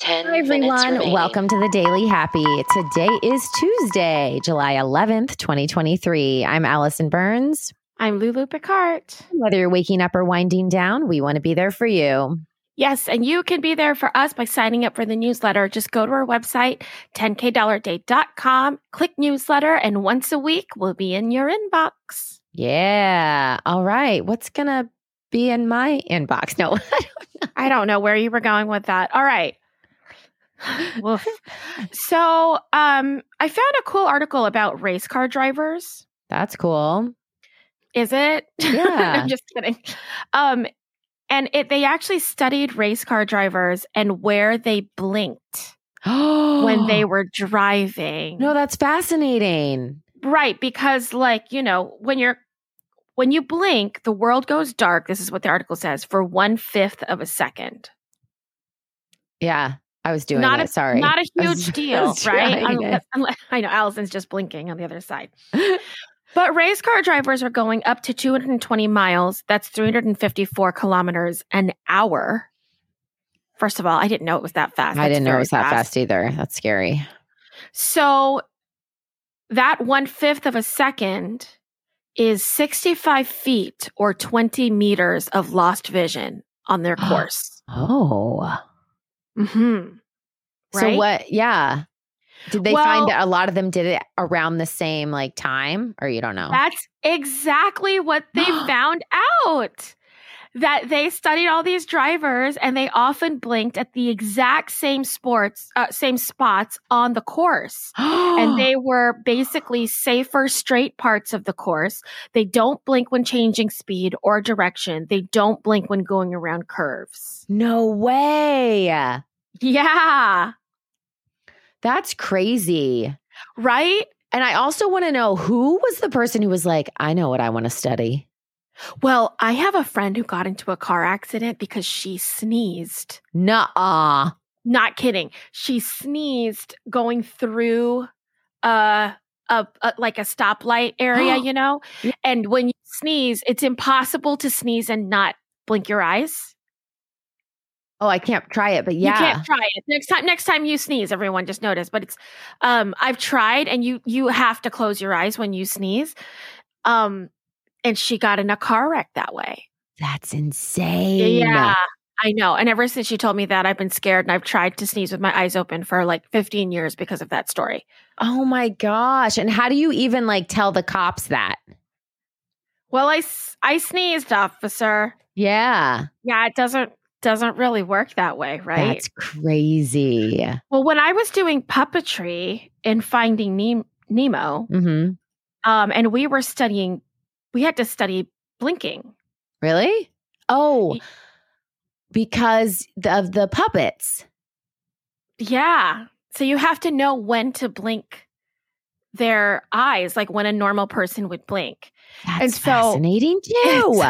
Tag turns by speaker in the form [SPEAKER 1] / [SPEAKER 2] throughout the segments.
[SPEAKER 1] 10
[SPEAKER 2] Hi,
[SPEAKER 1] minutes
[SPEAKER 2] everyone.
[SPEAKER 1] remaining.
[SPEAKER 2] Welcome to the Daily Happy. Today is Tuesday, July 11th, 2023. I'm Allison Burns.
[SPEAKER 3] I'm Lulu Picard.
[SPEAKER 2] Whether you're waking up or winding down, we want to be there for you.
[SPEAKER 3] Yes, and you can be there for us by signing up for the newsletter. Just go to our website, 10kdollarday.com, click newsletter, and once a week we'll be in your inbox.
[SPEAKER 2] Yeah. All right. What's going to be in my inbox? No.
[SPEAKER 3] I don't know where you were going with that. All right. Woof. So, um, I found a cool article about race car drivers.
[SPEAKER 2] That's cool.
[SPEAKER 3] Is it?
[SPEAKER 2] Yeah.
[SPEAKER 3] I'm just kidding. Um, and it they actually studied race car drivers and where they blinked when they were driving.
[SPEAKER 2] No, that's fascinating.
[SPEAKER 3] Right, because like, you know, when you're when you blink, the world goes dark. This is what the article says for one fifth of a second.
[SPEAKER 2] Yeah. I was doing
[SPEAKER 3] Not
[SPEAKER 2] it.
[SPEAKER 3] a-
[SPEAKER 2] Sorry.
[SPEAKER 3] Not a
[SPEAKER 2] I
[SPEAKER 3] huge
[SPEAKER 2] was- I
[SPEAKER 3] deal,
[SPEAKER 2] was
[SPEAKER 3] right?
[SPEAKER 2] trying
[SPEAKER 3] Unless-
[SPEAKER 2] it.
[SPEAKER 3] unless- I know Allison's just blinking on the other side. But race car drivers are going up to 220 miles. That's 354 kilometers an hour. First of all, I didn't know it was that fast.
[SPEAKER 2] I
[SPEAKER 3] That's
[SPEAKER 2] didn't know it
[SPEAKER 3] very
[SPEAKER 2] was that fast either. That's scary.
[SPEAKER 3] So that one fifth of a second is 65 feet or 20 meters of lost vision on their course.
[SPEAKER 2] Oh.
[SPEAKER 3] mm-hmm.
[SPEAKER 2] So
[SPEAKER 3] Right?
[SPEAKER 2] what? Yeah. Did they
[SPEAKER 3] Well-
[SPEAKER 2] find that a lot of them did it around the same like time, or you don't know?
[SPEAKER 3] That's exactly what they found out. That they studied all these drivers and they often blinked at the exact same sports, uh, same spots on the course.
[SPEAKER 1] Oh.
[SPEAKER 3] and they were basically safer straight parts of the course. They don't blink when changing speed or direction. They don't blink when going around curves.
[SPEAKER 2] no way.
[SPEAKER 3] Yeah,
[SPEAKER 2] That's crazy.
[SPEAKER 3] right?
[SPEAKER 2] And I also want to know who was the person who was like, I know what I want to study.
[SPEAKER 3] Well, I have a friend who got into a car accident because she sneezed.
[SPEAKER 2] Nuh-uh.
[SPEAKER 3] Not kidding. She sneezed going through uh a, a like a stoplight area, you know?
[SPEAKER 2] Yeah.
[SPEAKER 3] And when you sneeze, it's impossible to sneeze and not blink your eyes.
[SPEAKER 2] Oh, I can't try it, but
[SPEAKER 3] You
[SPEAKER 2] yeah.
[SPEAKER 3] can't try it. Next time next time you sneeze, everyone just notice. But it's um I've tried and you you have to close your eyes when you sneeze. Um and she got in a car wreck that way.
[SPEAKER 2] That's insane.
[SPEAKER 3] Yeah. I know. And ever since she told me that, I've been scared and I've tried to sneeze with my eyes open for like 15 years because of that story.
[SPEAKER 2] Oh my gosh. And how do you even like tell the cops that?
[SPEAKER 3] Well, I s- I sneezed, officer.
[SPEAKER 2] Yeah.
[SPEAKER 3] Yeah, it doesn't doesn't really work that way, right?
[SPEAKER 2] That's crazy.
[SPEAKER 3] well, when I was doing puppetry in Finding Nem- Nemo,
[SPEAKER 2] hmm
[SPEAKER 3] um, and we were studying we had to study blinking
[SPEAKER 2] Really? Oh,
[SPEAKER 3] Y-
[SPEAKER 2] because the- of the puppets.
[SPEAKER 3] yeah so you have to know when to blink their eyes like when a normal person would blink
[SPEAKER 2] That's
[SPEAKER 3] And so-
[SPEAKER 2] fascinating too.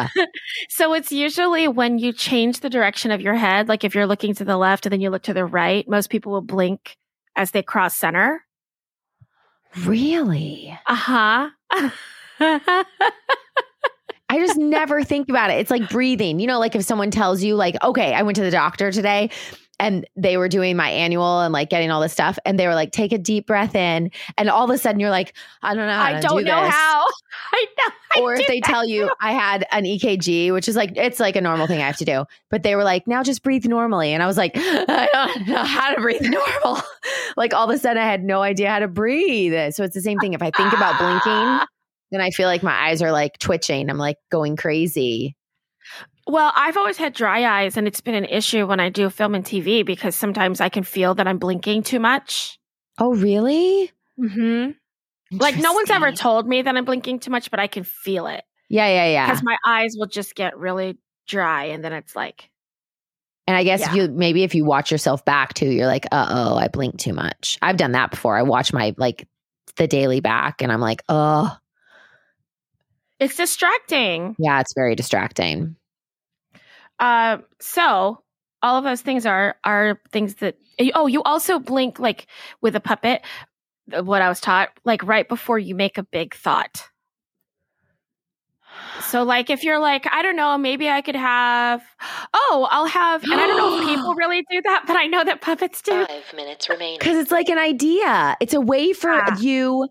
[SPEAKER 3] so it's usually when you change the direction of your head like if you're looking to the left and then you look to the right most people will blink as they cross center
[SPEAKER 2] really?
[SPEAKER 3] uh-huh
[SPEAKER 2] I just never think about it. It's like breathing. You know, like if someone tells you, like, okay, I went to the doctor today and they were doing my annual and like getting all this stuff. And they were like, take a deep breath in. And all of a sudden you're like, I don't know. How
[SPEAKER 3] i
[SPEAKER 2] to
[SPEAKER 3] don't
[SPEAKER 2] do
[SPEAKER 3] know
[SPEAKER 2] this.
[SPEAKER 3] how i know I
[SPEAKER 2] or if
[SPEAKER 3] do
[SPEAKER 2] they
[SPEAKER 3] that.
[SPEAKER 2] tell you I had an EKG, which is like it's like a normal thing I have to do, but they were like, now just breathe normally, and I was like, I don't know how to breathe normal. like all of a sudden, I had no idea how to breathe. So it's the same thing. If I think about blinking, then I feel like my eyes are like twitching. I'm like going crazy.
[SPEAKER 3] Well, I've always had dry eyes, and it's been an issue when I do film and TV because sometimes I can feel that I'm blinking too much.
[SPEAKER 2] Oh, really?
[SPEAKER 3] Mm-hmm. Like, no one's ever
[SPEAKER 2] Interesting.
[SPEAKER 3] told me that I'm blinking too much, but I can feel it
[SPEAKER 2] yeah, yeah, yeah.
[SPEAKER 3] because my eyes will just get really dry, and then it's like,
[SPEAKER 2] And I guess if
[SPEAKER 3] Yeah.
[SPEAKER 2] you maybe if you watch yourself back too, you're like, uh oh, I blinked too much. I've done that before. I watch my like the daily back, and I'm like, oh,
[SPEAKER 3] it's distracting.
[SPEAKER 2] yeah, it's very distracting.
[SPEAKER 3] Uh, so, all of those things are are things that. Oh, you also blink like with a puppet. uh, What I was taught, like right before you make a big thought. So, like, if you're like, I don't know, maybe I could have, oh, I'll have, and I don't know if people really do that, but I know that puppets
[SPEAKER 2] Uh,
[SPEAKER 3] do.
[SPEAKER 1] Five minutes remaining.
[SPEAKER 2] Because it's like an idea. It's a way for
[SPEAKER 3] Yeah.
[SPEAKER 2] you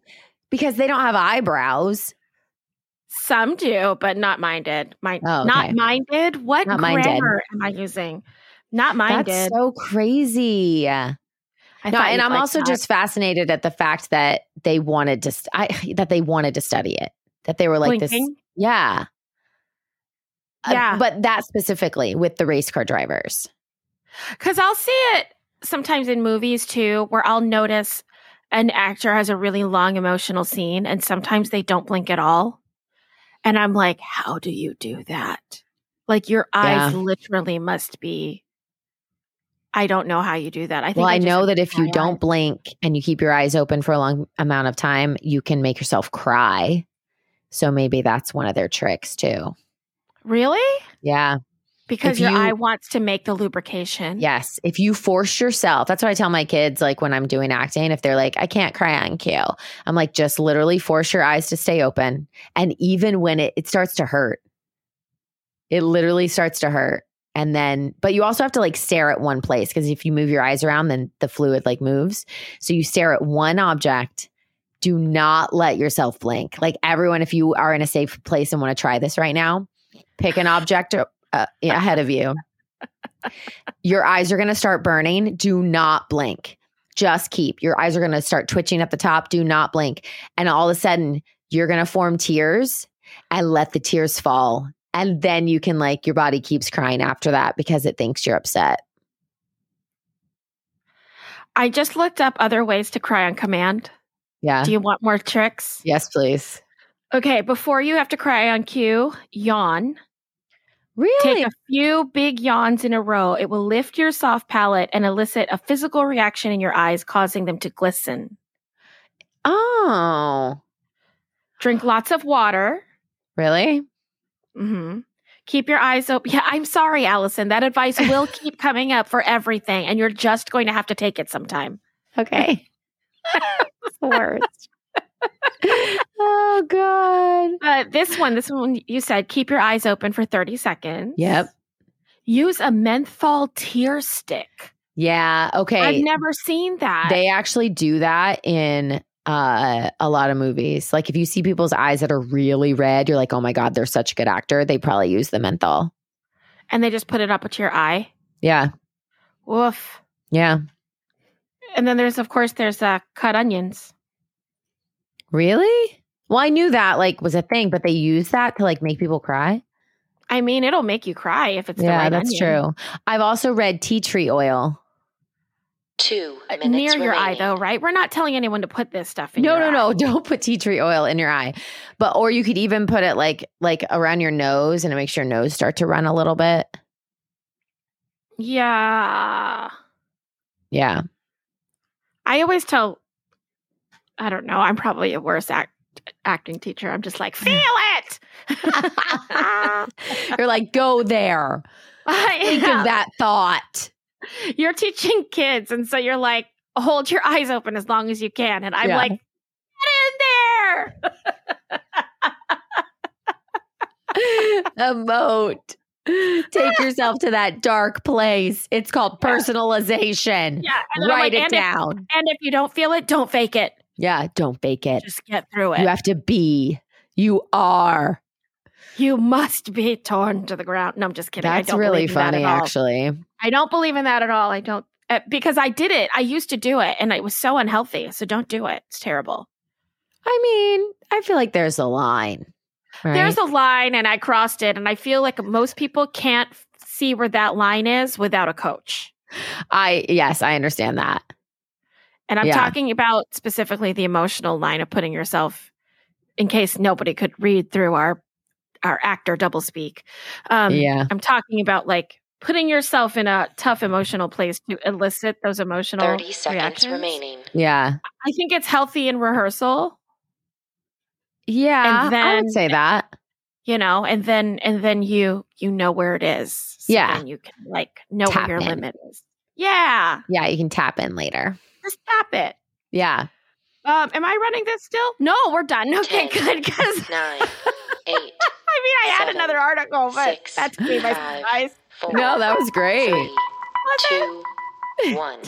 [SPEAKER 2] because they don't have eyebrows.
[SPEAKER 3] Some do, but not minded. Mind,
[SPEAKER 2] Oh, okay.
[SPEAKER 3] not minded. What
[SPEAKER 2] Not minded.
[SPEAKER 3] grammar am I using? Not minded.
[SPEAKER 2] That's so crazy.
[SPEAKER 3] I
[SPEAKER 2] no,
[SPEAKER 3] thought
[SPEAKER 2] and
[SPEAKER 3] you'd
[SPEAKER 2] I'm
[SPEAKER 3] like
[SPEAKER 2] also
[SPEAKER 3] that.
[SPEAKER 2] just fascinated at the fact that they wanted to st- I, that they wanted to study it. That they were like this.
[SPEAKER 3] Blinking?
[SPEAKER 2] Yeah. Uh,
[SPEAKER 3] Yeah.
[SPEAKER 2] but that specifically with the race car drivers.
[SPEAKER 3] Because I'll see it sometimes in movies too, where I'll notice an actor has a really long emotional scene and sometimes they don't blink at all. And I'm like, how do you do that? Like your eyes literally must be. I don't know how you do that. I think
[SPEAKER 2] Well, I
[SPEAKER 3] just
[SPEAKER 2] know
[SPEAKER 3] have
[SPEAKER 2] that if you
[SPEAKER 3] dry
[SPEAKER 2] don't
[SPEAKER 3] eyes.
[SPEAKER 2] blink and you keep your eyes open for a long amount of time, you can make yourself cry. So maybe that's one of their tricks too.
[SPEAKER 3] Really?
[SPEAKER 2] Yeah.
[SPEAKER 3] Because
[SPEAKER 2] If
[SPEAKER 3] your
[SPEAKER 2] you-
[SPEAKER 3] eye wants to make the lubrication.
[SPEAKER 2] Yes. If you force yourself, that's what I tell my kids, like when I'm doing acting, if they're like, I can't cry on cue, I'm like, just literally force your eyes to stay open. And even when it, it starts to hurt, it literally starts to hurt. And then, but you also have to like stare at one place because if you move your eyes around, then the fluid like moves. So you stare at one object. Do not let yourself blink. Like everyone, if you are in a safe place and want to try this right now, pick an object uh, ahead of you your eyes are going to start burning. Do not blink. Just keep. Your eyes are going to start twitching at the top. Do not blink. And all of a sudden, you're going to form tears and let the tears fall. And then you can, like, your body keeps crying after that because it thinks you're upset.
[SPEAKER 3] I just looked up other ways to cry on command.
[SPEAKER 2] Yeah.
[SPEAKER 3] Do you want more tricks?
[SPEAKER 2] yes, please.
[SPEAKER 3] Okay, before you have to cry on cue, yawn.
[SPEAKER 2] Really?
[SPEAKER 3] Take a few big yawns in a row. It will lift your soft palate and elicit a physical reaction in your eyes, causing them to glisten.
[SPEAKER 2] oh,
[SPEAKER 3] Drink lots of water.
[SPEAKER 2] really? Mm-hmm.
[SPEAKER 3] hmm Keep your eyes open. Yeah, I'm sorry, Allison. That advice will keep coming up for everything, and you're just going to have to take it sometime.
[SPEAKER 2] Okay. worst. oh, God.
[SPEAKER 3] Uh, this one, this one you said, keep your eyes open for 30 seconds.
[SPEAKER 2] Yep.
[SPEAKER 3] Use a menthol tear stick.
[SPEAKER 2] Yeah. Okay.
[SPEAKER 3] I've never seen that.
[SPEAKER 2] they actually do that in uh, a lot of movies. Like if you see people's eyes that are really red, you're like, oh my god, they're such a good actor. They probably use the menthol.
[SPEAKER 3] and they just put it up to your eye.
[SPEAKER 2] Yeah,
[SPEAKER 3] Woof.
[SPEAKER 2] yeah,
[SPEAKER 3] And then there's, of course, there's uh, cut onions.
[SPEAKER 2] really. Well, I knew that like was a thing, but they use that to like make people cry.
[SPEAKER 3] I mean, it'll make you cry if it's the
[SPEAKER 2] yeah,
[SPEAKER 3] right
[SPEAKER 2] that's true.
[SPEAKER 3] onion.
[SPEAKER 2] I've also read tea tree oil.
[SPEAKER 1] Two
[SPEAKER 3] Uh,
[SPEAKER 1] minutes
[SPEAKER 3] Near your eye,
[SPEAKER 1] remaining.
[SPEAKER 3] though, right? We're not telling anyone to put this stuff in.
[SPEAKER 2] No, no,
[SPEAKER 3] your
[SPEAKER 2] no!
[SPEAKER 3] eye.
[SPEAKER 2] Don't put tea tree oil in your eye, but or you could even put it like like around your nose, and it makes your nose start to run a little bit.
[SPEAKER 3] Yeah,
[SPEAKER 2] Yeah,
[SPEAKER 3] I always tell. I don't know. I'm probably a worse act, acting teacher. I'm just like, feel it. Ah,
[SPEAKER 2] you're like go there. Think
[SPEAKER 3] Yeah.
[SPEAKER 2] of that thought.
[SPEAKER 3] You're teaching kids, and so you're like, hold your eyes open as long as you can. And I'm
[SPEAKER 2] Yeah.
[SPEAKER 3] like, get in there.
[SPEAKER 2] emote. Take yourself to that dark place. It's called
[SPEAKER 3] Yeah.
[SPEAKER 2] personalization.
[SPEAKER 3] Yeah, and then I'm
[SPEAKER 2] Write
[SPEAKER 3] like,
[SPEAKER 2] it
[SPEAKER 3] and if-
[SPEAKER 2] down.
[SPEAKER 3] and if you don't feel it, don't fake it.
[SPEAKER 2] yeah, don't fake it.
[SPEAKER 3] Just get through it.
[SPEAKER 2] You have to be. You are.
[SPEAKER 3] You must be torn to the ground. No, I'm just kidding. I
[SPEAKER 2] That's
[SPEAKER 3] don't
[SPEAKER 2] really
[SPEAKER 3] believe in that
[SPEAKER 2] funny,
[SPEAKER 3] at all.
[SPEAKER 2] actually.
[SPEAKER 3] I don't believe in that at all. I don't uh, because I did it. I used to do it, and it was so unhealthy. So don't do it. It's terrible.
[SPEAKER 2] I mean, I feel like there's a line. right?
[SPEAKER 3] There's a line, and I crossed it, and I feel like most people can't f- see where that line is without a coach.
[SPEAKER 2] I yes, I understand that.
[SPEAKER 3] And I'm
[SPEAKER 2] Yeah.
[SPEAKER 3] talking about specifically the emotional line of putting yourself, in case nobody could read through our our actor double speak. Um,
[SPEAKER 2] yeah.
[SPEAKER 3] I'm talking about like putting yourself in a tough emotional place to elicit those emotional.
[SPEAKER 1] 30 seconds
[SPEAKER 3] reactions.
[SPEAKER 1] remaining.
[SPEAKER 2] Yeah.
[SPEAKER 3] I think it's healthy in rehearsal,
[SPEAKER 2] Yeah. I
[SPEAKER 3] then-
[SPEAKER 2] would say that.
[SPEAKER 3] you know, and then and then you you know where it is. So
[SPEAKER 2] Yeah.
[SPEAKER 3] then you can like know
[SPEAKER 2] Tap
[SPEAKER 3] where your
[SPEAKER 2] in.
[SPEAKER 3] limit is. Yeah,
[SPEAKER 2] Yeah, you can tap in later.
[SPEAKER 3] just stop it.
[SPEAKER 2] Yeah.
[SPEAKER 3] Um, am I running this still? No, we're done. Okay,
[SPEAKER 1] Ten.
[SPEAKER 3] good because
[SPEAKER 1] Nine, eight,
[SPEAKER 3] I I had
[SPEAKER 1] Seven,
[SPEAKER 3] another article, but
[SPEAKER 1] six,
[SPEAKER 3] that's me, my
[SPEAKER 1] five,
[SPEAKER 3] surprise.
[SPEAKER 1] Four,
[SPEAKER 2] No, that was great.
[SPEAKER 1] three, two, one.